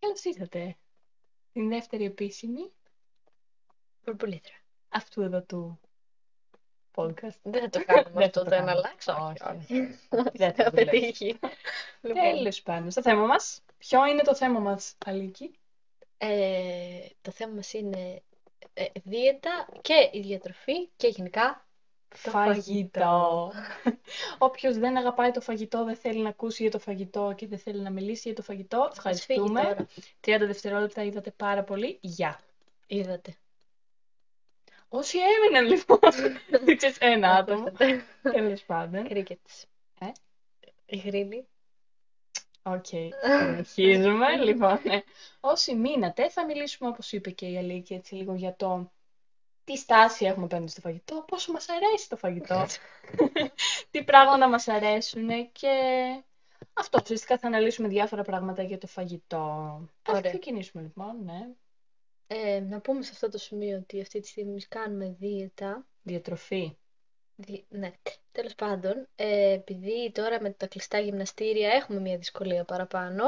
Καλώς ήρθατε στην δεύτερη επίσημη πορπολίτρα αυτού εδώ του podcast. Δεν θα το κάνουμε Δεν θα αυτό, το Ναι, δεν κάνουμε. αλλάξω. Όχι, Δεν θα πετύχει. Λοιπόν, Τέλος πάντων, στο θέμα μας. Ποιο είναι το θέμα μας, Αλίκη? ε, το θέμα μας είναι ε, δίαιτα και η διατροφή και γενικά το φαγητό. Όποιος δεν αγαπάει το φαγητό, δεν θέλει να ακούσει για το φαγητό και δεν θέλει να μιλήσει για το φαγητό, Ας φύγει ευχαριστούμε. τώρα. 30 δευτερόλεπτα είδατε πάρα πολύ. Γεια. Είδατε. Όσοι έμειναν λοιπόν. Ξέρεις, ένα άτομο. Ακούσατε. Τέλος πάντων. Crickets. Ε? Η γρήλη. Οκ. Συνεχίζουμε. λοιπόν, ναι. όσοι μείνατε, θα μιλήσουμε όπως είπε και η Αλίκη έτσι λίγο για το τι στάση έχουμε απέναντι στο φαγητό, πόσο μας αρέσει το φαγητό, τι πράγματα μας αρέσουν και αυτό. Ουσιαστικά θα αναλύσουμε διάφορα πράγματα για το φαγητό. Ας Ωραία. ξεκινήσουμε λοιπόν, ναι. Ε, να πούμε σε αυτό το σημείο ότι αυτή τη στιγμή κάνουμε δίαιτα. Διατροφή. Δι- Ναι. Τέλος πάντων, ε, επειδή τώρα με τα κλειστά γυμναστήρια έχουμε μια δυσκολία παραπάνω,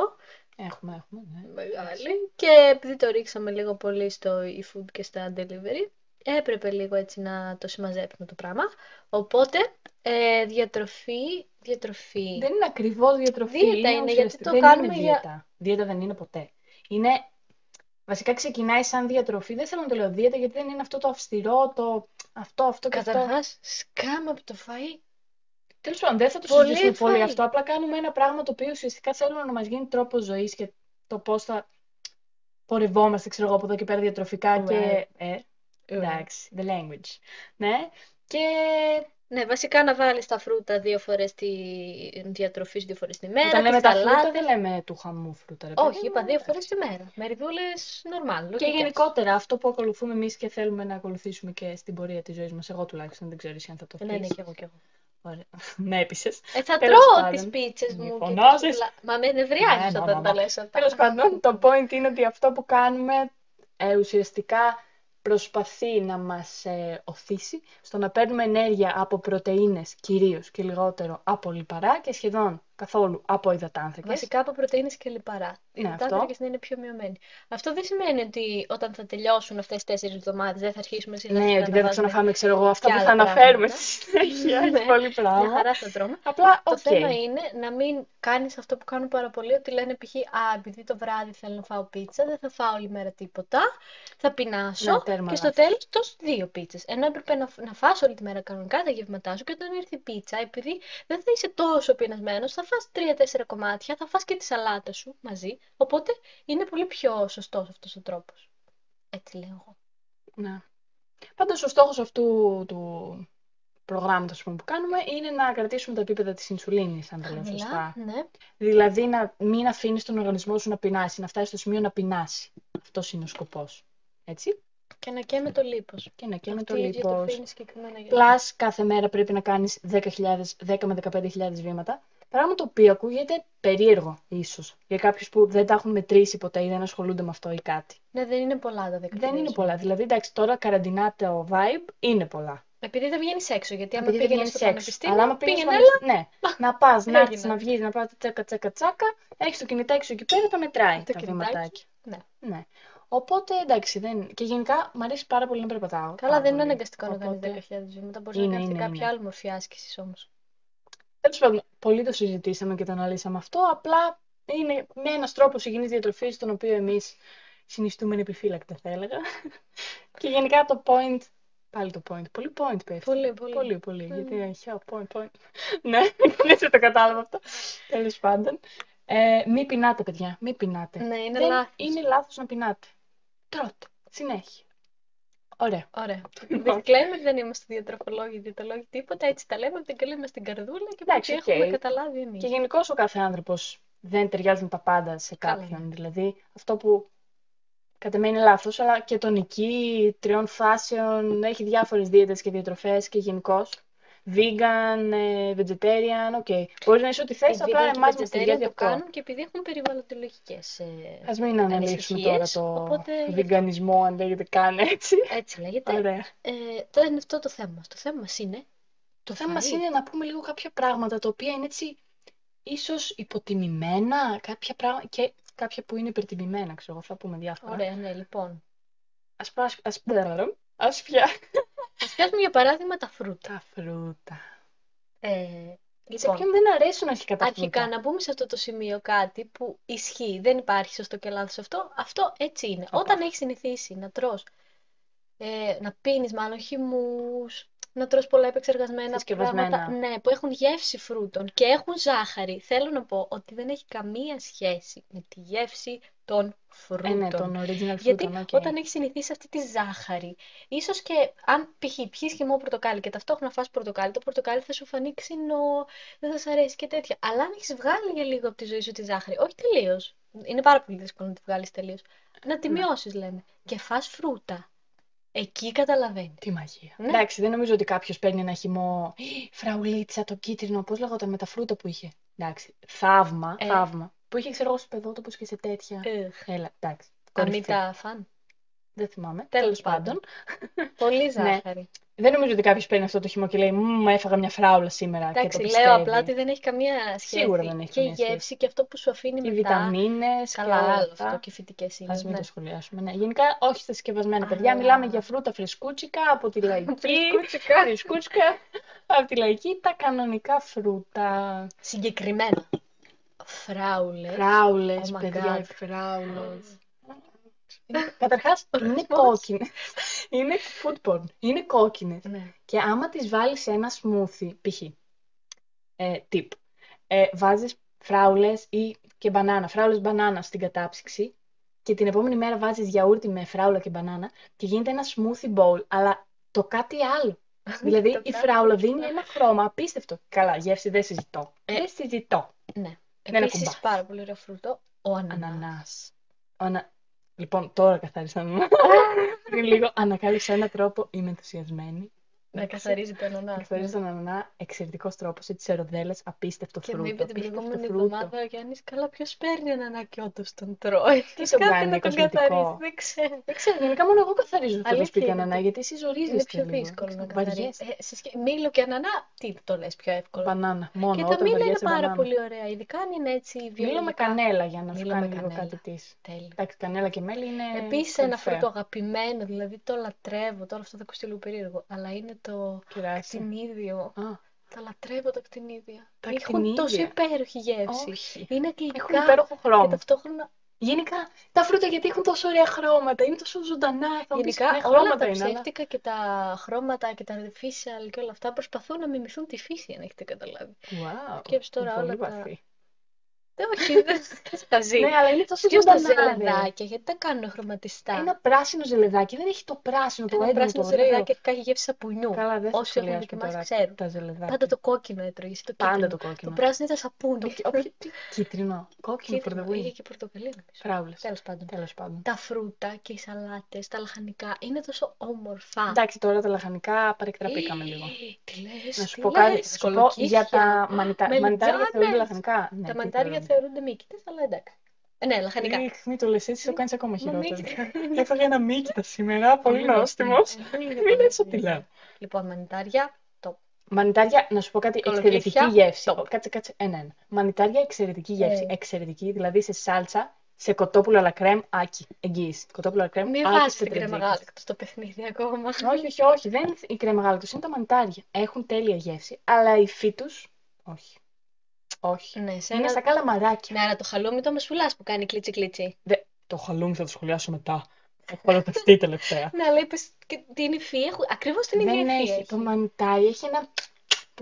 Έχουμε, έχουμε, ναι. μεγάλη και επειδή το ρίξαμε λίγο πολύ στο e-food και στα delivery, έπρεπε λίγο έτσι να το συμμαζέψουμε το πράγμα. Οπότε, ε, διατροφή, διατροφή. Δεν είναι ακριβώς διατροφή. Δίαιτα είναι, γιατί ουσιαστικά- το δεν κάνουμε είναι για- δίαιτα. Δίαιτα δεν είναι ποτέ. Είναι. Βασικά ξεκινάει σαν διατροφή. Δεν θέλω να το λέω δίαιτα γιατί δεν είναι αυτό το αυστηρό, το αυτό, αυτό και αυτό. Καταρχάς, σκάμε από το φαΐ. Τέλος πάντων, δεν θα το Πολύ συζητήσουμε πολύ φάει. αυτό. Απλά κάνουμε ένα πράγμα το οποίο ουσιαστικά θέλουμε να μας γίνει τρόπο ζωής και το πώς θα πορευόμαστε, ξέρω εγώ, από εδώ και πέρα διατροφικά και. Right. Ε, Ωραία. εντάξει, the language. Ναι. Και Ναι, βασικά να βάλεις τα φρούτα δύο φορές τη διατροφή σου δύο φορές τη μέρα, όταν λέμε τις τα φρούτα, σαλάτες. δεν λέμε του χαμού φρούτα. ρε παιδί Όχι, μου, είπα δύο εντάξει. φορές τη μέρα. Μεριδούλες, normal, Και λογικές. γενικότερα αυτό που ακολουθούμε εμείς και θέλουμε να ακολουθήσουμε και στην πορεία της ζωής μας, εγώ τουλάχιστον δεν ξέρω εσύ αν θα το πει. Ναι, ναι, κι εγώ κι εγώ. Ωραία. Με έπεισες. Ε, θα Τέλος τρώω πάντων. τις πίτσες Μη μου και φωνάζεις. τις σοκολα- Μα με νευριάζεις Ναι, όταν μα, μα, μα. τα λες αυτά. Τέλος πάντων, το point είναι ότι αυτό που κάνουμε ε, ουσιαστικά προσπαθεί να μας ε, οθήσει στο να παίρνουμε ενέργεια από πρωτεΐνες κυρίως και λιγότερο από λιπαρά και σχεδόν καθόλου από υδατάνθρακες. Βασικά από πρωτεΐνες και λιπαρά. Ναι, Οι αυτό. υδατάνθρακες να είναι πιο μειωμένοι. Αυτό δεν σημαίνει ότι όταν θα τελειώσουν αυτές τις τέσσερις εβδομάδες δεν θα αρχίσουμε σιγά Ναι, σιγά ότι να δεν θα βάζουμε- ξαναφάμε, ξέρω εγώ, αυτά και που θα άλλα αναφέρουμε πράγματα. στη συνέχεια. Ναι. Έχει πολύ Μια πράγμα. χαρά στα τρώμε. Απλά, Το οκ. Ναι, θέμα είναι να μην κάνεις αυτό που κάνουν πάρα πολλοί, ότι λένε π.χ. Α, επειδή το βράδυ θέλω να φάω πίτσα, δεν θα φάω όλη μέρα τίποτα, θα πεινάσω Ναι, τέρμα και στο λάθος. τέλος τόσο δύο πίτσες. Ενώ έπρεπε να, φ- να φας όλη τη μέρα κανονικά τα γεύματά σου και όταν έρθει η πίτσα, επειδή δεν θα είσαι τόσο πεινασμένος, θα φας τρία-τέσσερα κομμάτια, θα φας και τη σαλάτα σου μαζί, οπότε είναι πολύ πιο σωστός αυτός ο τρόπος. Έτσι λέω εγώ. Ναι. Πάντως ο στόχος αυτού του προγράμματος ας πούμε, που κάνουμε είναι να κρατήσουμε τα επίπεδα της ινσουλίνης, αν το λέω σωστά. ναι. Δηλαδή να μην αφήνεις τον οργανισμό σου να πεινάσει, να φτάσει στο σημείο να πεινάσει. Αυτός είναι ο σκοπός. Έτσι. Και να καίμε το λίπος. Και να καίμε το Αυτή η διατροφή λίπος. είναι συγκεκριμένα για Plus κάθε μέρα πρέπει να κάνεις 10.000, 10 με 15.000 βήματα. Πράγμα το οποίο ακούγεται περίεργο ίσως για κάποιους που δεν τα έχουν μετρήσει ποτέ ή δεν ασχολούνται με αυτό ή κάτι. Ναι, δεν είναι πολλά τα δεκα Δεν είναι χιλιάδες. πολλά. Δηλαδή εντάξει τώρα καραντινά το vibe είναι πολλά. Επειδή δεν βγαίνεις έξω, γιατί άμα Επειδή δεν πήγαινες στο βγαίνεις έξω. πανεπιστήμιο, Αλλά άμα πήγαινες, πήγαινε αλλά Ναι, να πας, να Έγινε. έρθεις, να βγεις, να πα τσάκα, τσάκα, τσάκα. Έχεις το κινητάκι σου εκεί πέρα, τα μετράει το τα κινητάκι. βηματάκια. Ναι. Ναι. Οπότε εντάξει, δεν... και γενικά μου αρέσει πάρα πολύ να περπατάω. Καλά, πάρα δεν είναι πολύ. αναγκαστικό να κάνεις Οπότε, 10.000 βήματα. Μπορείς να Είναι, κάνεις είναι, κάποια είναι. άλλη μορφή άσκησης όμως. Τέλος πάντων, πολύ το συζητήσαμε και το αναλύσαμε αυτό. Απλά είναι ένας τρόπος υγιεινής διατροφής, τον οποίο εμείς συνιστούμε επιφύλακτα, θα έλεγα. και γενικά το point. Πάλι το point. Πολύ point πέφτει. Πολύ, πολύ. Πολύ, πολύ. Ναι, Γιατί ναι. είναι χιό, point, point. ναι, δεν το κατάλαβα αυτό. Τέλος πάντων. Ε, μην πεινάτε, παιδιά. Μην πεινάτε. Ναι, είναι Δεν λάθος. είναι λάθος να πεινάτε. Τρώτε. Συνέχεια. Ωραία. Ωραία. Λοιπόν. Disclaimer, δεν είμαστε διατροφολόγοι, διαιτολόγοι, τίποτα. Έτσι τα λέμε, την καλούμε στην καρδούλα και Εντάξει, ό,τι οκ. έχουμε καταλάβει εμείς. Και γενικώς ο κάθε άνθρωπος δεν ταιριάζουν τα πάντα σε Καλά, κάποιον. Δηλαδή αυτό που κατά μένα είναι λάθος, αλλά και τονική, τριών φάσεων, έχει διάφορες δίαιτες και διατροφές και γενικώς. Vegan, ε, vegetarian, οκ. Μπορείς να είσαι ό,τι θες, απλά εμάς μας ταιριάζει το αυτό. Α κάνουν και επειδή έχουν ε, περιβαλλοντολογικέ. μην αναλύσουμε τώρα ανησυχίες, το οπότε γι' βιγκανισμό, αν λέγεται καν έτσι. Ε, Έτσι λέγεται. Ωραία. Ε, τώρα είναι αυτό το θέμα μας. Το θέμα μας είναι το Το θέμα μας φαΐ. είναι να πούμε λίγο κάποια πράγματα τα οποία είναι έτσι ίσως υποτιμημένα κάποια πράγματα και κάποια που είναι υπερτιμημένα, ξέρω εγώ. Θα πούμε διάφορα. Ωραία, ναι, λοιπόν. Ας, πά- ας, ας, ας πια. Ας πιάσουμε για παράδειγμα τα φρούτα. Τα φρούτα. Ε, Σε λοιπόν, ποιον δεν αρέσουν αρχικά τα αρχικά φρούτα. να πούμε σε αυτό το σημείο κάτι που ισχύει. Δεν υπάρχει σωστό και λάθος αυτό. Αυτό έτσι είναι. Οπα. Όταν έχεις συνηθίσει να τρως, ε, να πίνεις μάλλον χυμούς, να τρως πολλά επεξεργασμένα Συσκευασμένα. πράγματα, ναι, που έχουν γεύση φρούτων και έχουν ζάχαρη, θέλω να πω ότι δεν έχει καμία σχέση με τη γεύση των φρούτων. Ε, ναι, τον original Γιατί φρούτων, οκ. όταν έχεις συνηθίσει αυτή τη ζάχαρη, ίσως και αν π.χ. πιει χυμό πορτοκάλι και ταυτόχρονα φας πορτοκάλι, το πορτοκάλι θα σου φανεί ξινό, δεν θα σ' αρέσει και τέτοια. Αλλά αν έχεις βγάλει για λίγο από τη ζωή σου τη ζάχαρη, όχι τελείως. Είναι πάρα πολύ δύσκολο να τη βγάλεις τελείως. Να τη Ναι. μειώσεις, λέμε. Και φας φρούτα. Εκεί καταλαβαίνεις. Τι μαγεία. Ναι. Εντάξει, δεν νομίζω ότι κάποιος παίρνει ένα χυμό. «Ι, Φραουλίτσα, το κίτρινο, πώς λέγονταν με τα φρούτα που είχε. Εντάξει. Θαύμα, Ε. θαύμα. Που είχε, ξέρω εγώ, στου παιδότοπου και σε τέτοια. Εχ. Έλα, εντάξει. κορυφή. Αμύτα φαν. Δεν θυμάμαι. Τέλος Τέλος πάντων. Πολύ Ναι. ζάχαρη. Δεν νομίζω ότι κάποιος παίρνει αυτό το χυμό και λέει Μου έφαγα μια φράουλα σήμερα. και Εντάξει, το λέω πιστεύει. απλά ότι δεν έχει καμία σχέση. Σίγουρα δεν έχει Και η καμία σχέση. γεύση και αυτό που σου αφήνει Και μετά. βιταμίνες. Καλά, και όλα άλλο αυτά. αυτό και φυτικέ είναι. Ας μην ναι. το σχολιάσουμε. Ναι. Γενικά, όχι στα συσκευασμένα παιδιά. Α. Μιλάμε για φρούτα φρεσκούτσικα από τη λαϊκή. Φρεσκούτσικα. Φρεσκούτσικα από τη λαϊκή. Τα κανονικά φρούτα. Συγκεκριμένα. Φράουλες. Φράουλες, Oh my παιδιά, God. οι φράουλες. Καταρχάς, είναι Ορισμός. κόκκινες. Είναι food porn. Είναι κόκκινες. Ναι. Και άμα τις βάλεις σε ένα smoothie, π.χ. Ε, tip. Ε, βάζεις φράουλες ή και μπανάνα, φράουλες μπανάνα στην κατάψυξη και την επόμενη μέρα βάζεις γιαούρτι με φράουλα και μπανάνα και γίνεται ένα smoothie bowl, αλλά το κάτι άλλο. δηλαδή Το η κάτι φράουλα άλλο. δίνει ένα χρώμα απίστευτο. Καλά, γεύση δεν συζητώ. Ε. δεν συζητώ. Ναι. Δεν Επίσης ακουμπάς. πάρα πολύ ωραίο φρούτο. Ο ανανάς. Ανανάς. Ο ανα- Λοιπόν, τώρα καθάρισα ανανά. Πριν λίγο ανακάλυψα έναν τρόπο, είμαι ενθουσιασμένη. Να καθαρίζει το ανανά. Καθορίζει τον ανανά, εξαιρετικός τρόπος έτσι σε ροδέλες, απίστευτο Και μου φρούτο. είπε την απίστευτο προηγούμενη φρούτο. εβδομάδα ο Γιάννης, καλά ποιος παίρνει ανανά και όντως τον τρώει. Τι τον Κάθε κάνει να τον κοσμητικό. καθαρίζει, δεν ξέρω. Δεν ξέρω, γενικά μόνο εγώ καθαρίζω αυτό το Αλήθεια σπίτι είναι ανανά, ότι γιατί εσύ ζορίζεσαι. Είναι πιο λίγο. δύσκολο να Βαριέσαι. καθαρίζει. Ε, σε σχέ- Μήλο και ανανά, τι το λες πιο εύκολο. Μπανάνα. Μόνο Και τα όταν μήλα είναι βαριέσαι πάρα μπανάνα. πολύ ωραία, ειδικά αν είναι έτσι Μήλο με βιολογικά. κανέλα για να σου Μήλο με κάνει λίγο κανέλα. κάτι της. Τέλειο. Εντάξει, κανέλα και μέλι είναι. Επίσης ένα κορυφαίο. φρούτο αγαπημένο, δηλαδή το λατρεύω, τώρα αυτό θα ακουστεί λίγο περίεργο, αλλά είναι το Κυράσι. κτηνίδιο. Α, Τα λατρεύω τα κτηνίδια. Τα Έχουν τόσο κτηνίδια. υπέροχη γεύση. όχι. Είναι Έχουν γλυκά υπέροχο και χρώμα. ταυτόχρονα Γενικά τα φρούτα γιατί έχουν τόσο ωραία χρώματα, είναι τόσο ζωντανά. θα μου πεις, γενικά ναι, όλα τα χρώματα είναι, αλλά- ψεύτικα και τα χρώματα και τα artificial και όλα αυτά προσπαθούν να μιμηθούν τη φύση, αν έχετε καταλάβει. Wow, Σκέψου τώρα είναι πολύ όλα τα- βαθύ. Δεν όχι, δεν θα ζει. Ναι, αλλά είναι τόσο Ποιος τα ζωντανά, ρε. ζελαδάκια, γιατί τα κάνουν χρωματιστά. Ένα πράσινο ζελεδάκι. Δεν έχει το πράσινο, το Ένα έντονο, πράσινο το ωραίο. ζελαδάκι έχει γεύση σαπουνιού. Καλά, δεν θα Όσοι έχουν σχολιάσουμε δοκιμάσει τώρα ξέρουν. τα ζελεδάκια. Πάντα το κόκκινο έτρωγες, το Πάντα κίτρινο. το κόκκινο. Το πράσινο ήταν σαπούνι. Το- όχι, τι- Κίτρινο. Κόκκινο, Κίτρινο, είχε πρωτοβουλί. και πορτοκαλί νομίζω. Φράουλες. Τέλος πάντων. Τέλος πάντων. Τα φρούτα και οι σαλάτες, τα λαχανικά είναι τόσο όμορφα. Ε, Εντάξει, τώρα τα λαχανικά παρεκτραπήκαμε λίγο. Τι λες, Να σου τι πω κάτι. λες, Θα σου πω για τα με μανιτά- μανιτάρια λιτζάνες. θεωρούνται λαχανικά. Ναι, Τα τι μαντάρια θεωρούνται. θεωρούντται μύκητες, αλλά εντάξει. Ε, Ναι, λαχανικά. Ήχ, μην το λες έτσι, το κάνεις ακόμα Μα χειρότερο. μύκητες. Έφαγα ένα μύκητα σήμερα, πολύ νόστιμος. Ε, είναι Μην πολύ λες ότι νόστιμο. λέω. Λοιπόν, μανιτάρια, το Μανιτάρια, να σου πω κάτι, Κολοκύθια. εξαιρετική γεύση. Κάτσε, κάτσε, ένα, ένα. Μανιτάρια, εξαιρετική γεύση. Ε. Εξαιρετική, δηλαδή σε σάλτσα, σε κοτόπουλο αλλά κρέμ, άκη. Εγγύηση. Κοτόπουλο αλλά κρέμ, Μην άκη βάζεις στο την κρέμα τρεντζίκι. γάλακτο στο παιχνίδι ακόμα. Όχι, όχι, όχι. Δεν είναι η κρέμα γάλακτος, είναι τα μανιτάρια. Έχουν τέλεια γεύση, αλλά οι φύτους, όχι. Όχι. Ναι, σε Είναι ένα... σαν καλαμαράκια. Ναι, αλλά το χαλούμι το μεσουλάς που κάνει κλίτσι κλίτσι. Το χαλούμι θα το σχολιάσω μετά. Έχω παρατευτεί τελευταία. Ναι, αλλά είπες και την υφή, έχω... ακριβώς την ίδια Δεν υφή έχει. Το μανιτάρι έχει ένα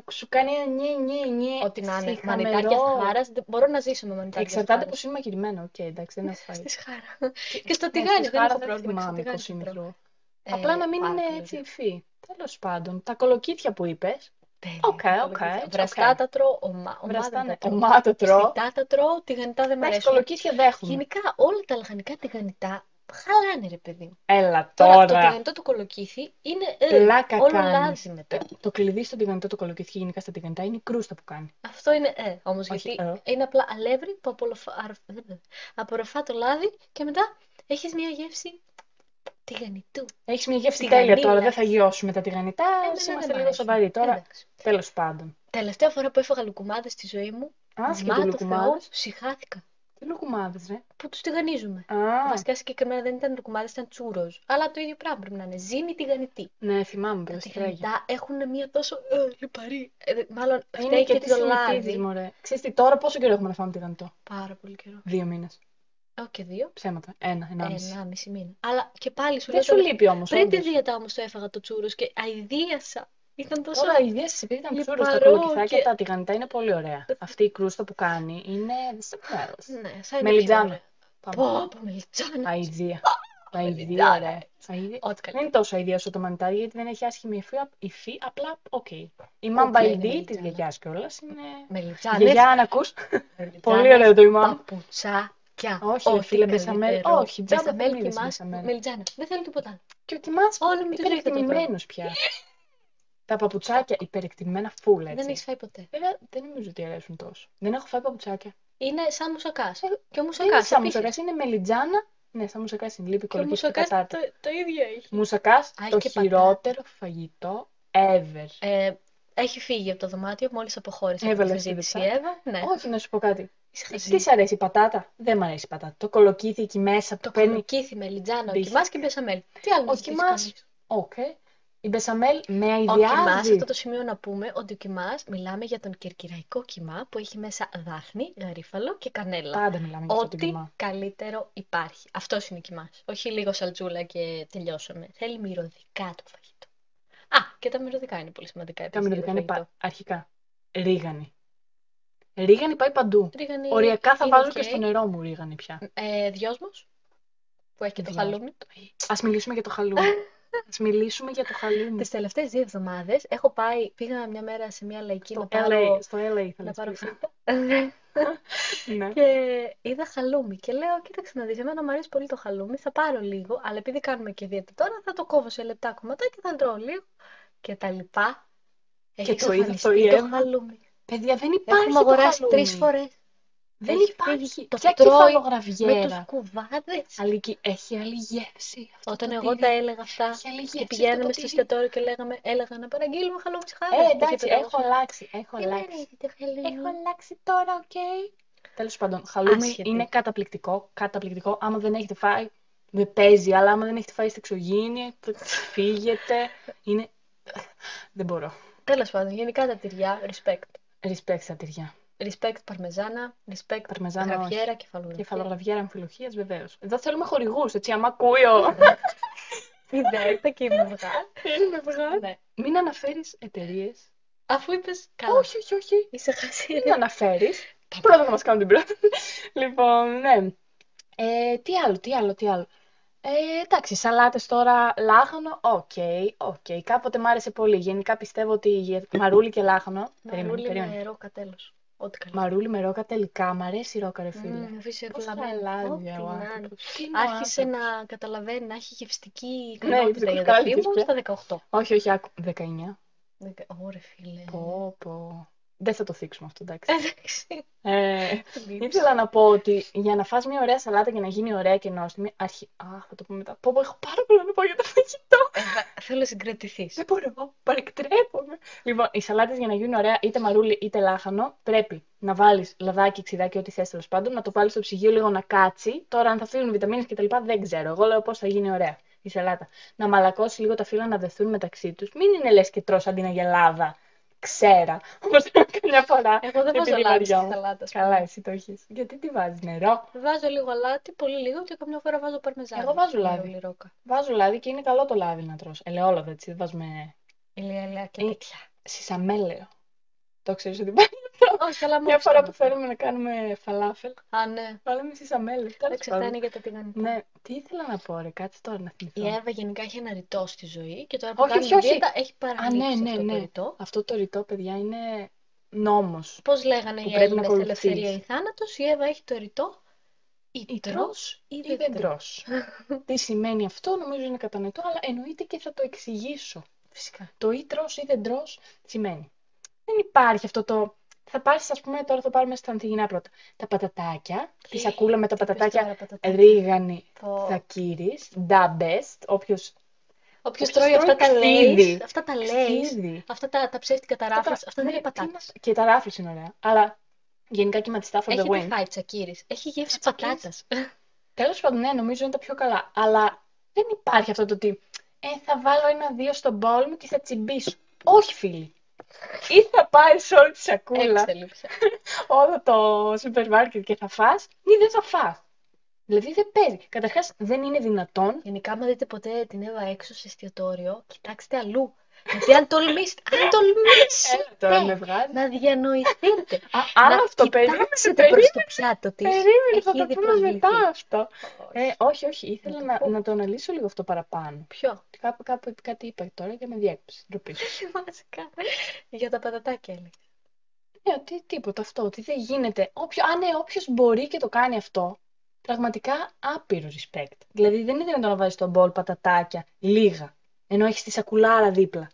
που σου κάνει ένα νι, νι, νι. Ότι να είναι σε μανιτάρια χαμερό. χάρας, δεν μπορώ να ζήσω με μανιτάρια Εξαρτάται χάρας. ναι. πως είναι μαγειρημένο. Οκ, εντάξει, δεν Ναι, ασφαλίζει. Στη σχάρα. Και στο τηγάνι, δεν έχω πρόβλημα. στο τηγάνι το τρώω. Ε, δηλαδή, Απλά να μην πάρα είναι πολύ έτσι ωραία. υφή. Τέλος πάντων, τα κολοκύθια που είπες, Τέλεια, Οκ, τα οκ, κολοκύθια. it's Βραστά okay. τα τρώω, ομά, βραστά ομά ναι, τα τρώω. ομά το τρώω. Ψητά τα τρώω, τηγανιτά δεν μ' Εντάξει, αρέσουν. κολοκύθια δέχομαι. Γενικά όλα τα λαχανικά τηγανιτά χαλάνε ρε παιδί μου. Έλα Τώρα το τώρα. τηγανιτό το κολοκύθι είναι ε, Πλάκα όλο κάνεις. λάδι μετά. Το κλειδί στο τηγανιτό το κολοκύθι και γενικά στα τηγανιτά είναι η κρούστα που κάνει. Αυτό είναι ε, όμως Όχι, γιατί ε. είναι απλά αλεύρι που απολοφα- αρ- απορροφά το λάδι και μετά έχεις μια γεύση Τηγανιτού. Έχεις μια γεύση Τη τέλεια τώρα. βανίλα. Δεν θα γιώσουμε τα τηγανιτά. Εμένα ας Ε, δεν Ε, Είμαστε μ' λίγο αρέσει. σοβαροί τώρα. Εντάξει. Τέλος πάντων. Τελευταία φορά που έφαγα λουκουμάδες στη ζωή μου, Άσχετο μα το Θεό, λουκουμάδε. ψυχάθηκα. Τι λουκουμάδες, ρε. Που τους τηγανίζουμε. Α, Βασικά συγκεκριμένα δεν ήταν λουκουμάδες, ήταν τσούρος. Αλλά το ίδιο πράγμα πρέπει να είναι. Ζύμη τηγανιτή. ναι, θυμάμαι Τα πριν τηγανιτά έχουν μία τόσο ε, λιπαρή. ε, μάλλον Είναι φταίει και και τη το συνηθίζει, λάδι. μωρέ. Ξέρεις τι, τώρα πόσο καιρό έχουμε να φάμε τηγανιτό. Πάρα πολύ καιρό. Δύο μήνες. Ω, και δύο. Ψέματα. Ένα, ενάμιση. Ένα μισή μήνα. Αλλά και πάλι σου λέω. Δεν σου τώρα, λείπει όμως. Πριν τη δίαιτα όμως το έφαγα το τσούρος και αηδίασα. Ήταν τόσο. Τώρα η ιδέα σα επειδή ήταν ψούρο, τα Λιπαρό κολοκυθάκια, Λοιπόν, και- Ε, τα τηγανιτά είναι πολύ ωραία. Αυτή η κρούστα που κάνει είναι σε μέρος. Ναι, σαν είναι Μελιτζάνα. πιο ωραία. Πω, πω, μελιτζάνα. Αιδία. Αιδία, μελιτζάνα. ρε. Αηδία. Ό,τι Δεν καλύτερο. είναι τόσο αηδία όσο το μανιτάρι, γιατί δεν έχει άσχημη υφή, απ- υφή απλά οκ. Η μάμπα είναι αηδή τη μελιτζάνα. γιαγιάς κιόλας είναι. Γιαγιά, Μελιτζάνα. αν ακού. Πολύ ωραίο το ημάμ. Παπουτσάκια. Λοιπόν, Όχι, ρε φίλε, μπεσαμέλ. καλύτερο. Όχι, τζάμπα Μπεσαμέλ δεν είναι κοιμάς, μπεσαμέλ. Μελιτζάνα. Δεν θέλω τίποτα άλλο. Και ο κοιμά Όλο μου τη είναι ζωή θα το τρώω. υπερεκτιμημένο πια. Τα παπουτσάκια υπερεκτιμημένα full Δεν έχει έτσι. φάει ποτέ. Βέβαια δεν νομίζω ότι αρέσουν τόσο. Δεν έχω φάει παπουτσάκια. Είναι σαν μουσακάς. Και Δεν Ε, ο είναι μουσακάς. σαν μουσακάς, είναι μελιτζάνα. Ναι, σαν μουσακάς είναι λίπη Και ο κολοκύθι μουσακά κατάτι. το, το ίδιο έχει. Μουσακάς, Α, έχει το και πατάτα. χειρότερο φαγητό ever. Ε, έχει φύγει από το δωμάτιο μόλις αποχώρησε από τη Έβαλες τη συζήτηση η λεπτά. Εύα. Ναι, Όχι, να σου πω κάτι. είσαι χαζή. Τι σ' αρέσει η πατάτα? Δεν μ' αρέσει η πατάτα. Το κολοκύθι εκεί μέσα που Το παίρνει. κολοκύθι, μελιτζάνα, ο Μπίχη. κοιμά και μπεσαμέλ. Τι άλλο Ο να ζητήσει κοιμάς κανείς. Οκ. Η μπεσαμέλ με Ο κοιμά, σε αειδιάζει. αυτό το σημείο να πούμε ότι ο κοιμά, μιλάμε για τον κερκυραϊκό κοιμά που έχει μέσα δάχνη, γαρίφαλο και κανέλα. Πάντα μιλάμε για αυτό το Ό,τι κοιμά. καλύτερο υπάρχει. Αυτός είναι ο κοιμά. Όχι λίγο σαλτζούλα και τελειώσαμε. Θέλει μυρωδικά το φαγητό. Α, και τα μυρωδικά είναι πολύ σημαντικά. Τα επίσης, για το μυρωδικά είναι πα- φαγητό. αρχικά. Ρίγανη. Ρίγανη πάει παντού. Ρίγανη Οριακά θα Ε, είναι βάζω και οκ. στο νερό μου ρίγανη πια. Ε, δυόσμος, που έχει και το Δυόσμος. χαλούμι. Ας μιλήσουμε για το χαλούμι. Ας μιλήσουμε για το χαλούμι. Τις τελευταίες δύο εβδομάδες έχω πάει, πήγα μια μέρα σε μια λαϊκή Στο να LA, πάρω, στο LA να ήθελα πάρω να σου φρούτα. πω. Ναι. Και είδα χαλούμι και λέω, κοίταξε να δεις, εμένα μου αρέσει πολύ το χαλούμι, θα πάρω λίγο, αλλά επειδή κάνουμε και δίαιτα τώρα, θα το κόβω σε λεπτά κομματάκια και θα τρώω λίγο και τα λοιπά. Έχει το είδα αυτό εξαφανιστεί η το Εύα. χαλούμι. Παιδιά, δεν υπάρχει Έχουμε το αγοράσει χαλούμι. τρεις φορές Δεν Έχει φύγει. υπάρχει. Το Ποια τρώει με τους κεφαλογραβιέρα. κουβάδες. Αλλά εκεί έχει άλλη γεύση. Αυτό Όταν το εγώ τυρί. τα έλεγα αυτά Έχει άλλη και γεύση. αυτό πηγαίναμε το στο τυρί. εστιατόριο και λέγαμε, έλεγα να παραγγείλουμε χαλούμι της χάρας. Ε, Είχε εντάξει, πει ο έχω αλλάξει. Έχω Δεν αλλάξει. αρέσει το χαλούμι. Έχω αλλάξει τώρα, οκ. Τέλος πάντων, χαλούμι Άσχετη. είναι καταπληκτικό. Καταπληκτικό. Άμα δεν έχετε φάει, δεν παίζει. Αλλά άμα δεν έχετε φάει στην εξωγήινη, το- φύγετε. Είναι... Δεν μπορώ. Τέλος πάντων, γενικά τα τυριά, respect. Respect στα τυριά. Respect παρμεζάνα, respect Παρμεζάνα, γραβιέρα, κεφαλούρα. Κεφαλογραβιέρα αμφιλοχίας, βεβαίως. Εδώ θέλουμε χορηγούς, έτσι, άμα ακούει ο... Η Δέλτα και η Μουργά. Ναι. Μην αναφέρεις εταιρείες. Αφού είπες καλά. Όχι, όχι, όχι. Είσαι χασί. Μην αναφέρεις. Πρώτα θα μας κάνουν την πρώτη. Λοιπόν, ναι. Ε, τι άλλο, τι άλλο, τι άλλο. Ε, εντάξει, σαλάτες τώρα, λάχανο, οκ, οκ. Κάποτε μ' άρεσε πολύ. Γενικά πιστεύω ότι για- μαρούλι και λάχανο. Περίμενε, Μαρούλι περίμενε. με ρόκα τέλος. Ό,τι καλύτερο. Μαρούλι με ρόκα τελικά, μ' αρέσει η ρόκα ρε φίλε. Μ, αφήσει Πώς ρόκα. Ό,τι χαλάζει ο να είναι. άνθρωπος. Τι είναι ο Άρχισε άνθρωπος. να καταλαβαίνει να έχει γευστική Ναι, ικανότητα γευστική για τα ικανότητα. μου στα 18. Όχι, όχι, άκου. 19. Δεκα- Ωρε φίλε. Πω, πω. Δεν θα το θίξουμε αυτό, εντάξει. Εντάξει. Ε, Ήθελα να πω ότι για να φας μια ωραία σαλάτα και να γίνει ωραία και νόστιμη, αρχι... Α, θα το πω μετά. Πω, πω, έχω πάρα πολλά να πω για το φαγητό. Ε, θα- Θέλω να συγκρατηθείς. Δεν μπορώ, παρεκτρέπομαι. Λοιπόν, οι σαλάτες για να γίνουν ωραία, είτε μαρούλι είτε λάχανο, πρέπει να βάλεις λαδάκι, ξυδάκι, ό,τι θες τέλος πάντων, να το βάλεις στο ψυγείο λίγο να κάτσει. Τώρα, αν θα φύγουν βιταμίνες και τα λοιπά, δεν ξέρω. Εγώ λέω πώς θα γίνει ωραία η σαλάτα. Να μαλακώσει λίγο τα φύλλα να δεθούν μεταξύ τους. Μην είναι λες και τρως αντί να γελάδα. Ξέρα, όπως καμιά φορά. Εγώ δεν βάζω Επειδή αλάτι στη βαριόμουν. σαλάτα. ας πούμε. Καλά, εσύ το έχεις. Γιατί τι βάζεις νερό. Βάζω λίγο αλάτι, πολύ λίγο και καμιά φορά βάζω παρμεζάνι. Εγώ βάζω Λίγο λάδι. λιρόκα. Βάζω λάδι και είναι καλό το λάδι να τρως. Ε, Ελαιόλαδο, έτσι, δεν βάζουμε Ηλία, ηλία και Ε, τέτοια. σισαμέλαιο. Το ξέρεις ότι πάει. Όχι, αλλά μου Μια φορά που άρεσε. θέλουμε να κάνουμε φαλάφελ, Α, ναι. βάλαμε σισαμέλαιο. Δεν Τέλος πάντων. ξεφτάνει για τα τηγανιτά. Ναι, τι ήθελα να πω, ρε, κάτσε τώρα να θυμηθώ. Η Εύα γενικά έχει ένα ρητό στη ζωή και τώρα που Όχι, κάνει όχι, όχι. δίαιτα έχει παραλείψει Α, ναι, ναι, αυτό το ναι. ρητό. Αυτό το ρητό, παιδιά, είναι νόμος. Πώς λέγανε Που οι πρέπει να Έλληνες ακολουθείς. ελευθερία ή θάνατος, η Εύα έχει το ρητό ή Ή τρως ή Ή δεν τρως. Τι σημαίνει αυτό, νομίζω είναι κατανοητό, αλλά εννοείται και θα το εξηγήσω. Φυσικά. Το ή τρως ή δεν τρως σημαίνει. Δεν υπάρχει αυτό το θα πάρεις, ας πούμε, τώρα θα πάρουμε στα ανθιγεινά πρώτα. Τα πατατάκια, τη σακούλα με τα Τι πες πατατάκια, τώρα, πατατάκια. ρίγανη, Πω. θακύρι, the best, όποιος. Όποιος Όποιος τρώει αυτά τα τρώει λέει, ξύδι. αυτά τα λέει, αυτά τα, τα ψεύτικα τα ράφλα, αυτά δεν είναι πατάτα. ναι, Και τα ράφλες είναι ωραία. Αλλά γενικά και με τη Stafford the Έχετε Wing. φάει τσακίρι. Έχει γεύση Τσακίρις. πατάτας. Τέλος πάντων, ναι, νομίζω είναι τα πιο καλά. Αλλά δεν υπάρχει αυτό το ότι ε, θα βάλω ένα-δύο στον μπόλ μου και θα τσιμπήσω. Όχι, φίλοι. Ή θα πάρεις όλη τη σακούλα, Εξέλιψε. όλο το σούπερ μάρκετ και θα φας, ή δεν θα φας. Δηλαδή δεν παίζει. Καταρχάς, δεν είναι δυνατόν. Γενικά, άμα δείτε ποτέ την Εύα έξω σε εστιατόριο, κοιτάξτε αλλού. Γιατί αν τολμήσετε, αν Έλα τώρα με τολμήσετε βγάζεις. να διανοηθείτε, Α, άρα να αυτό περίμενε. κοιτάξετε Περίμενε, προς το πιάτο της, περίμενε, θα έχει το ήδη πούμε μετά προβληθεί. αυτό. Ε, όχι, όχι, ήθελα το να, πω. να το αναλύσω λίγο αυτό παραπάνω. Ποιο, Κάπου, κάπου κάτι είπα τώρα και με διέκοψε. Ντροπή. βασικά, για τα πατατάκια έλεγε. Ναι, ότι τίποτα αυτό, ότι δεν γίνεται. Όποιο, αν ναι, όποιος μπορεί και το κάνει αυτό, πραγματικά άπειρο respect. Δηλαδή δεν είναι δυνατόν να βάζεις στον μπολ πατατάκια, λίγα, ενώ έχεις τη σακουλάρα δίπλα.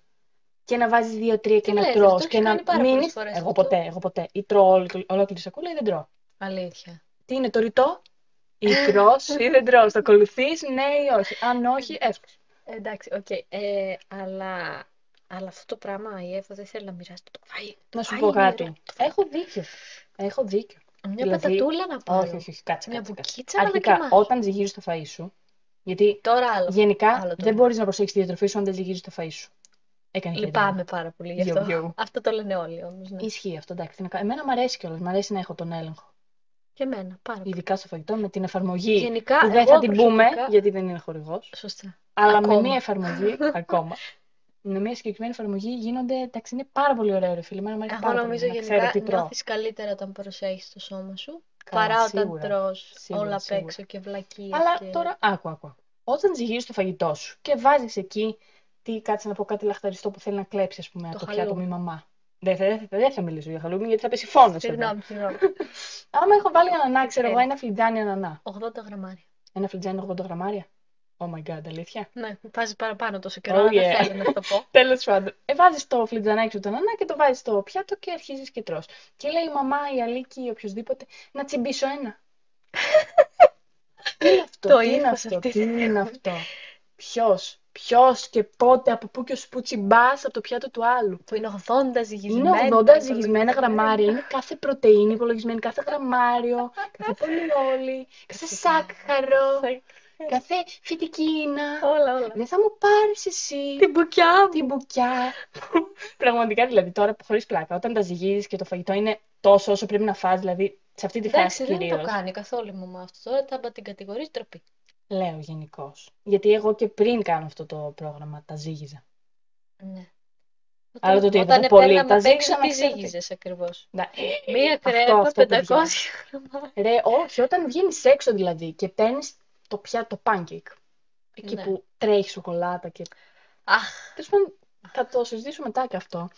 Και να βάζεις δύο-τρία και Τι να λες, τρως αυτό Ε, ναι, και να έχει κάνει πάρα πολλές μείνεις. φορές Εγώ αυτό. ποτέ, εγώ ποτέ. Ή τρώω όλη- ολόκληρη τη σακούλα ή δεν τρώω. Αλήθεια. Τι είναι το ρητό, ή τρως ή δεν τρως. Το ακολουθείς, ναι ή όχι. Αν όχι, εύκολο. Εντάξει, οκ. Ε, αλλά, αλλά αυτό το πράγμα η Εύα δεν θέλει να μοιραστεί το φαΐ. Το Να σου φαΐ πω είναι κάτι. ωραίο, το φαΐ. Έχω δίκιο. Έχω δίκιο. Μια δηλαδή, πατατούλα να πάρω. Όχι, όχι, όχι, κάτσε, Μια κάτσε, κάτσε. μπουκίτσα να Αρχικά, δοκιμάσω. όταν ζυγίζεις το φαΐ σου, γιατί Τώρα άλλο. γενικά Άλλο το δεν λέω. μπορείς να προσέχεις τη διατροφή σου αν δεν ζυγίζεις το φαΐ σου. Έκανε και Λυπάμαι πάρα πολύ γι' Γιου, αυτό. γιου. Αυτό το λένε όλοι όμως, ναι. Ισχύει αυτό, εντάξει. είναι κα- Εμένα μου αρέσει κιόλας. Μου αρέσει να έχω τον έλεγχο. Και εμένα, πάρα πολύ. Ειδικά στο φαγητό με την εφαρμογή Γενικά, που δεν εγώ θα την πούμε, προσωπικά- γιατί δεν είναι χορηγός. Σωστά. Αλλά Ακόμα. με μια εφαρμογή, ακόμα, με μια συγκεκριμένη εφαρμογή γίνονται. Εντάξει, είναι πάρα πολύ ωραίο, ρε φίλε. Εμένα μου αρέσει Εγώ πάρα πολύ νομίζω να ξέρω τι γενικά τρώω. νιώθεις καλύτερα όταν προσέχεις το σώμα σου, Καλά, παρά όταν σίγουρα. τρως Σίγουρα, όλα απ' σίγουρα. έξω και βλακίες Αλλά και... τώρα, άκου, άκου. άκου. Όταν ζυγίζεις το φαγητό σου και βάζεις εκεί, τι, κάτσε να πω κάτι λαχταριστό που θέλει να κλέψει, ας πούμε, Το από το πιάτο μου χαλούμι. η μαμά. Δεν θα, δεν θα, δεν θα μιλήσω για χαλούμι, γιατί θα πέσει φόνος εδώ. Συγγνώμη, Ε. συγγνώμη. Άμα έχω βάλει ανανά, ξέρω εγώ, Ξέρεις. ένα φλιτζάνι ανανά. 80 γραμμάρια. Ένα φλιτζάνι 80 γραμμάρια. Oh my god, αλήθεια. Ναι, βάζει παραπάνω τόσο καιρό, Oh, αλλά yeah. δεν θέλω να το πω. Τέλος πάντων. Ε, βάζεις το φλιτζανάκι σου τον ανά και το βάζεις στο πιάτο και αρχίζεις και τρως. Και λέει η μαμά, η Αλίκη ή οποιοδήποτε, να τσιμπήσω ένα. τι είναι αυτό, Το τι είναι ύφος αυτό, αυτής. τι είναι αυτό. Ποιος, ποιος και πότε, από πού και ως πού τσιμπάς από το πιάτο του άλλου. Που είναι 80 ζυγισμένα. Είναι 80 υπολογισμένα. ζυγισμένα γραμμάρια. Είναι κάθε πρωτεΐνη υπολογισμένη, κάθε γραμμάριο, κάθε πολυόλι, κάθε Κάθε σάκχαρο, Σάκχαρο. κάθε φυτικίνα. Όλα, όλα. Δεν θα μου πάρεις εσύ Την μπουκιά μου. την μπουκιά. Πραγματικά δηλαδή τώρα χωρίς πλάκα, όταν τα ζυγίζεις και το φαγητό είναι τόσο όσο πρέπει να φας, δηλαδή σε αυτή τη φάση Εντάξει, δεν το κυρίως, κάνει καθόλου η μαμά αυτό. Τώρα τα μπα την κατηγορείς τροπή. λέω γενικώς. Γιατί εγώ και πριν κάνω αυτό το πρόγραμμα τα ζύγιζα. Ναι. Άλλο το ότι Όταν εγώ πολύ επέλαμε τα απ' έξω, ζύγιζα, να τι ξέρετε. ζύγιζες ακριβώς. Να- Μία Αυτό, κρέμα, αυτό που 500 πιάνω. γραμμάρια. Ρε, όχι, όταν βγαίνεις έξω δηλαδή και παίρνεις το πιάτο pancake, εκεί Ναι. που τρέχει σοκολάτα και... Αχ, Τέλος πάντων, θα το συζητήσουμε μετά και αυτό.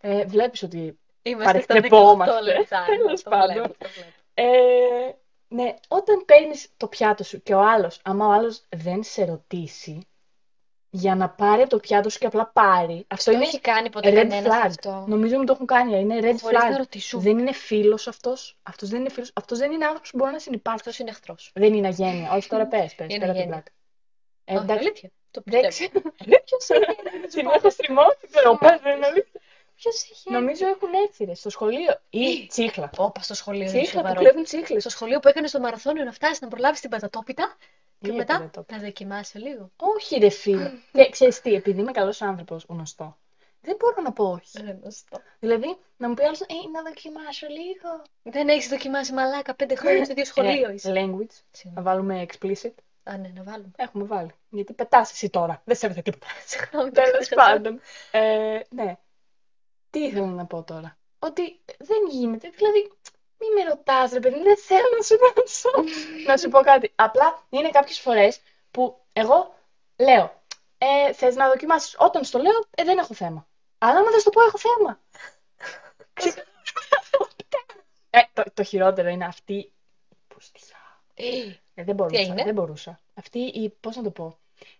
Ε, βλέπεις ότι είμαστε στα 18 Παρεκτρεπόμαστε. λεπτά. Ναι, Τέλος το βλέπω, πάντων. το βλέπω. Ε, ναι, όταν παίρνεις το πιάτο σου και ο άλλος, άμα ο άλλος δεν σε ρωτήσει για να πάρει από το πιάτο σου και απλά πάρει, αυτό Το είναι έχει κάνει ποτέ red κανένας flag. αυτό. Νομίζω μου το έχουν κάνει, είναι red Χωρίς να flag. ρωτήσουν. Δεν είναι φίλος αυτός. Αυτός δεν είναι φίλος. Αυτός δεν είναι άνθρωπος που μπορεί να συνεπάρξει. Αυτός είναι εχθρός. Δεν είναι αγένεια. Όχι τώρα πες, πες. Πέρα Είναι από την αγένεια. πλάκα. Ε, Όχι, εντάξει, αλήθεια. Το δεν πιστεύω. ξέρω. Ποιος είναι. Την έχω στριμώσει, ξέρω, πες, δεν είναι αλήθεια. Ποιος έχει Νομίζω έχουν έρθει ρε, στο σχολείο. Ή τσίχλα. Όπα στο σχολείο είναι Τσίχλα που σοβαρό. κλέβουν τσίχλες. Στο σχολείο που έκανες στο μαραθώνιο να φτάσεις να προλάβεις την πατατόπιτα και Λίγο μετά πατατόπιτα. να δοκιμάσει λίγο. Όχι ρε φίλε. Και ξέρεις τι, επειδή είμαι καλός άνθρωπος, γνωστό, δεν μπορώ Ε, να πω όχι. Ε. Γνωστό. Δηλαδή, να μου πει άλλος, ε, να δοκιμάσω λίγο. Δεν έχεις δοκιμάσει μαλάκα πέντε χρόνια στο ίδιο σχολείο Ε, είσαι. language, να Συγγνώμη. βάλουμε explicit. Α, ναι, να βάλουμε. Έχουμε βάλει. Γιατί πετάς εσύ τώρα, δεν σέβεται τίποτα. Συγγνώμη, το Τέλος ξέχασα. πάντων. Ε, ναι. Τι ήθελα να πω τώρα. Ότι δεν γίνεται. Δηλαδή, μη με ρωτάς ρε παιδί, μου, δεν θέλω να σου ρωτήσω. να σου πω κάτι. Απλά είναι κάποιες φορές που εγώ λέω, ε, θες να δοκιμάσεις. Όταν στο λέω, ε, δεν έχω θέμα. Αλλά άμα δεν στο πω, έχω θέμα. ε, το, το χειρότερο είναι αυτή που στοιχιά. Ε, δεν μπορούσα, έγινε? δεν μπορούσα. Αυτή η, πώς να το πω,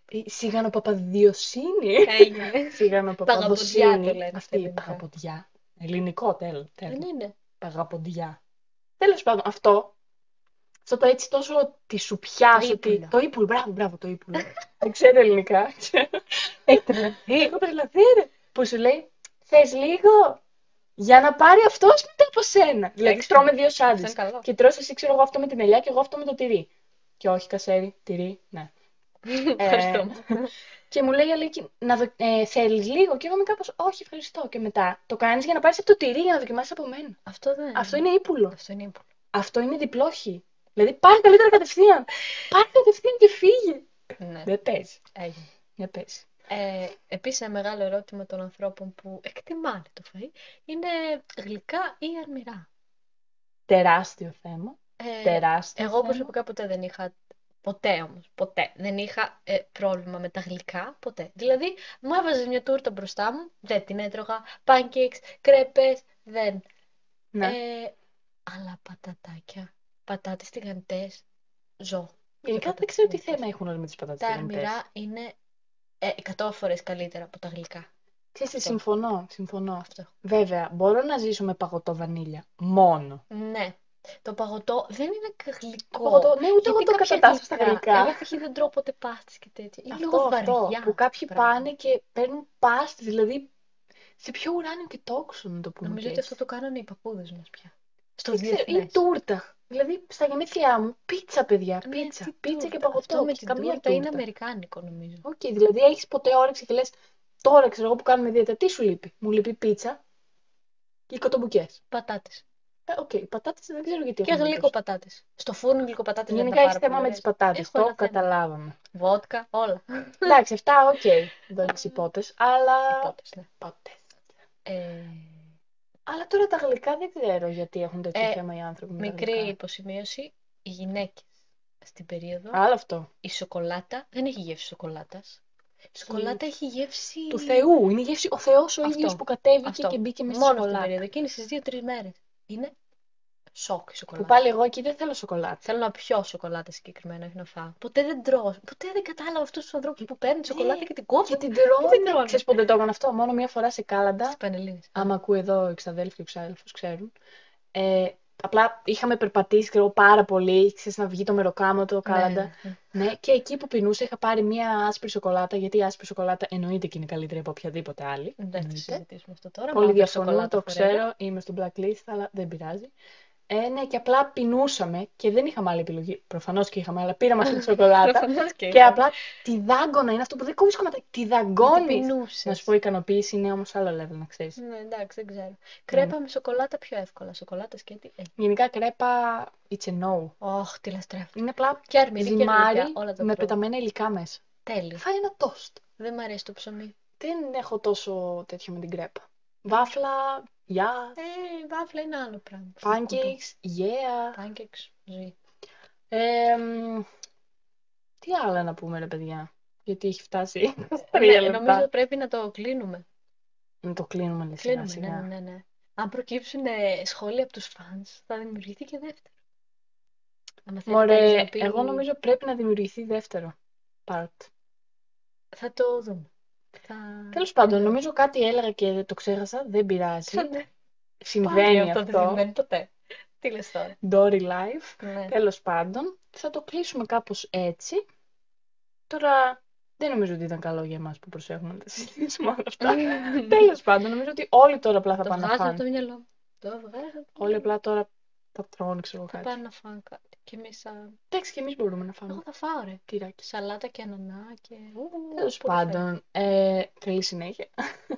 η σιγανοπαπαδιοσύνη. Έγινε. Ε, Σιγανοπαπαδοσύνη. Παγαποντιά το λένε Αυτή στα η ελληνικά. Ναι. παγαποντιά. Ελληνικό τέλος. Δεν είναι. Παγαποντιά. Τέλος πάντων, αυτό. Αυτό το έτσι τόσο τη σου πιάσει. Το Ότι... ύπουλο. Το ύπουλο, μπράβο, μπράβο, το ύπουλο. Δεν ξέρω ελληνικά. Ε, Έχει τρελαθεί. Έχω τρελαθεί, ρε. Που σου λέει, θες λίγο για να πάρει αυτός μετά από σένα. Δηλαδή, Εντάξει. τρώμε δύο Αυτό σάντι. είναι καλό. Και τρως εσύ, ξέρω εγώ, αυτό με την ελιά και εγώ αυτό με το τυρί. Και όχι, κασέρι, τυρί, ναι. Ευχαριστώ. Και μου λέει η Αλίκη, να δο... ε, θέλεις λίγο. Και εγώ είμαι κάπως, όχι, ευχαριστώ. Και μετά το κάνεις για να πάρεις από το τυρί για να δοκιμάσεις από μένα. Αυτό δεν Αυτό είναι ύπουλο. Αυτό είναι ύπουλο. Αυτό είναι διπλόχη. Δηλαδή πάρε καλύτερα κατευθείαν. Πάρε κατευθείαν και φύγει. Ναι, Δεν παίζει. έγινε. Δεν παίζει. Ε, επίσης ένα μεγάλο ερώτημα των ανθρώπων που εκτιμάνε το φαΐ είναι γλυκά ή αρμυρά. Τεράστιο θέμα. Ε, Τεράστιο εγώ θέμα. προσωπικά ποτέ δεν είχα, ποτέ όμως, ποτέ, δεν είχα ε, πρόβλημα με τα γλυκά, ποτέ. Δηλαδή, μου έβαζες μια τούρτα μπροστά μου, δεν την έτρωγα, pancakes, κρέπες, δεν. Ναι. Ε, αλλά πατατάκια, πατάτες τηγανιτές, ζω. Γενικά δεν ξέρω τι θέμα έχουν όλοι με τις πατάτες Τα τηγανιτές. αρμυρά είναι ε, 100 φορές καλύτερα από τα γλυκά. Ξέρεις, τι, Αυτό. συμφωνώ, συμφωνώ. Αυτό. Βέβαια, μπορώ να ζήσω με παγωτό βανίλια. Μόνο. Ναι. Το παγωτό δεν είναι κα- γλυκό. Παγωτό, ναι, ούτε Γιατί εγώ το κάποια κατατάσσω στα Εγώ γλυκά. π.χ. δεν τρώω ποτέ πάστες και τέτοια. Είναι Αυτό, λίγο αυτό, βαριά που κάποιοι πράγματα. πάνε και παίρνουν πάστη, δηλαδή σε ποιο ουράνιο και τόξο να το πούμε Νομίζω και ότι έτσι. αυτό το κάνανε οι παππούδες μας πια. Στο Δεν ξέρω, διεθνές. Ή τούρτα. Δηλαδή στα γενέθλιά μου, πίτσα παιδιά, Ναι, πίτσα, τι πίτσα και τούρτα. παγωτό Αυτό με και την καμία τούρτα είναι τούρτα. αμερικάνικο νομίζω. Οκ, δηλαδή έχεις ποτέ όρεξη και λες τώρα ξέρω εγώ που κάνουμε δίαιτα, τι σου λείπει. Μου λείπει πίτσα και οι κοτομπουκές. Πατάτες. Ε, Οκ, οι πατάτες δεν ξέρω γιατί Και έχουν γλυκοπατάτες. Στο φούρνο γλυκοπατάτες δεν τα Γενικά έχεις πάρα θέμα πολύ με τις ωραίες. πατάτες, Έχω ένα το θέμα. καταλάβαμε. Βότκα, όλα. Εντάξει, αυτά οκ, δεν έχεις υπότες, αλλά... Υπότες, ναι. Υπότες. Ε, Αλλά τώρα τα γλυκά δεν ξέρω γιατί έχουν τέτοιο Ε, θέμα οι άνθρωποι με τα Μικρή γλυκά. υποσημείωση, οι γυναίκες στην περίοδο, Άλλο αυτό. η σοκολάτα δεν έχει γεύση σοκολάτας. Η σοκολάτα έχει γεύση Του Θεού. Είναι η γεύση ο Θεός ο Αυτό. ίδιος που κατέβηκε Αυτό. και μπήκε μέσα στη μόνο στην σοκολάτα. περίοδο και είναι στις 2-3 μέρες. Είναι σοκ η Που σοκολάτα. πάλι εγώ εκεί δεν θέλω σοκολάτα. Θέλω να πιω σοκολάτα συγκεκριμένα, όχι να φάω. Ποτέ δεν τρώω. Ποτέ δεν κατάλαβα αυτούς τους ανθρώπους που Ε, παίρνουν σοκολάτα και την Και κόβουν την Δεν τρώω. τρώνε. Ξέρεις πότε το έκανα αυτό. Μόνο μία φορά σε στις Κάλαντα. Πανελλήνες. Άμα ακούω εδώ ο εξαδέλφος και ο ξάδελφος ξέρουν. Ε, απλά είχαμε περπατήσει και εγώ πάρα πολύ. Ξέρεις να βγει το μεροκάμα το Ναι, Κάλαντα. ναι, ναι. Ναι, και εκεί που πεινούσα είχα πάρει μία άσπρη σοκολάτα. Γιατί η άσπρη σοκολάτα εννοείται και είναι καλύτερη από οποιαδήποτε άλλη. Δεν θα το Εννοείται. συζητήσουμε αυτό τώρα. Πολύ μαύρη διαφωνώ, σοκολάτα το forever. ξέρω, είμαι στο blacklist, αλλά δεν πειράζει. Ε, ναι, και απλά πεινούσαμε και δεν είχαμε άλλη επιλογή. Προφανώς και είχαμε, αλλά πήραμε αυτή τη σοκολάτα. Προφανώς και και είχα. απλά τη δάγκωνα είναι αυτό που δεν κόβεις κομμάτι. Τη Την δαγκώνεις. πεινούσες. Να σου πω, η ικανοποίηση είναι όμως άλλο level, να ξέρεις. Ναι, εντάξει, δεν ξέρω. Κρέπα με σοκολάτα πιο εύκολα. Σοκολάτα σκέτη. ε, Γενικά κρέπα, it's a no. Αχ, τι λαστρέφω. Είναι απλά Και αρμυρί και ζυμάρι γλυκιά, όλα τα Ναι. με τρώω. πεταμένα υλικά μέσα. Τέλειο. Φάει ένα τόστ. Δεν μ' αρέσει το ψωμί. Δεν έχω τόσο τέτοιο με την κρέπα. Βάφλα, γεια, Ε, βάφλα είναι άλλο πράγμα. pancakes, yeah. Pancakes, ζωή. Ε, μ, τι άλλα να πούμε, ρε παιδιά. Γιατί έχει φτάσει στα τρία Ναι, λεπτά. νομίζω πρέπει να το κλείνουμε. Να το κλείνουμε λίγο σιγά Κλείνουμε, ναι, σιγά. ναι, ναι, ναι. Αν προκύψουν ε, σχόλια από τους φανς, θα δημιουργηθεί και δεύτερο. Άμα θέλει κανείς Μωρέ, να πει, εγώ νομίζω πρέπει να δημιουργηθεί δεύτερο part. Θα το δούμε. Θα... Τέλος πάντων, νομίζω κάτι έλεγα και δεν το ξέχασα, δεν πειράζει. Θα- ναι, πάλι Συμβαίνει αυτό. Δεν αυτό. συμβαίνει ποτέ. Τι λες τώρα. Dory Life. Ναι. Τέλος πάντων, θα το κλείσουμε κάπως έτσι. Τώρα, δεν νομίζω ότι ήταν καλό για εμάς που προσέχουμε να τα συζητήσουμε όλα αυτά. Τέλος πάντων, νομίζω ότι όλοι τώρα απλά θα Ναι. Το πάνε να βγάζω από φάνε. το μυαλό μου. Το βγάζω. από το Όλοι μυαλό μου. απλά τώρα θα τρώνε, ξέρω εγώ, Θα κάτι. πάνε να φάνε κάτι. Και εμείς θα... Εντάξει, και εμείς μπορούμε να Εγώ φάμε θα φάω ρε. τυράκι. Σαλάτα και ανανά και... Ου, Τέλος πολύ ωραία. πάντων, ε, καλή συνέχεια.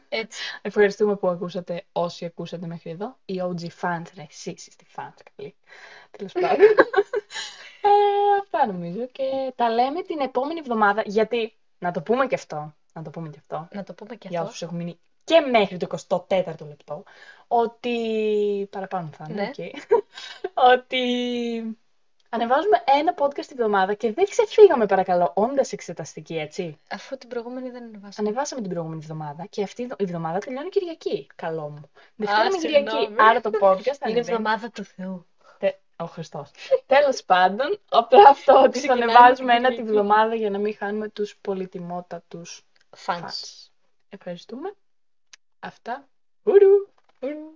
Έτσι. Ευχαριστούμε που ακούσατε όσοι ακούσατε μέχρι εδώ. Οι OG fans, ρε, εσεί είστε fans, καλή. Τέλος πάντων. ε, αυτά νομίζω και τα λέμε την επόμενη εβδομάδα. Γιατί, να το πούμε και αυτό, να το πούμε και αυτό, Να το πούμε και για αυτό. όσους έχουν μείνει και μέχρι το 24ο λεπτό, ότι. παραπάνω θα είναι, Ναι. οκ. ότι. Ανεβάζουμε ένα podcast τη βδομάδα και δεν ξεφύγαμε παρακαλώ, όντας εξεταστική, έτσι. Αφού την προηγούμενη δεν ανεβάσαμε. Ανεβάσαμε την προηγούμενη εβδομάδα και αυτή η εβδομάδα τελειώνει Κυριακή. Καλό μου. Δευτέρα με συγγνώμη. Κυριακή. Άρα το podcast θα είναι. Είναι εβδομάδα του Θεού. Ο Χριστός. Τέλος πάντων, απλά αυτό ότι θα Ξεκινάμε ανεβάζουμε την ένα τη Κυριακή. βδομάδα για να μην χάνουμε τους πολυτιμότατους Fans. fans. Ευχαριστούμε. Αυτά. Ουρου. Ουρου.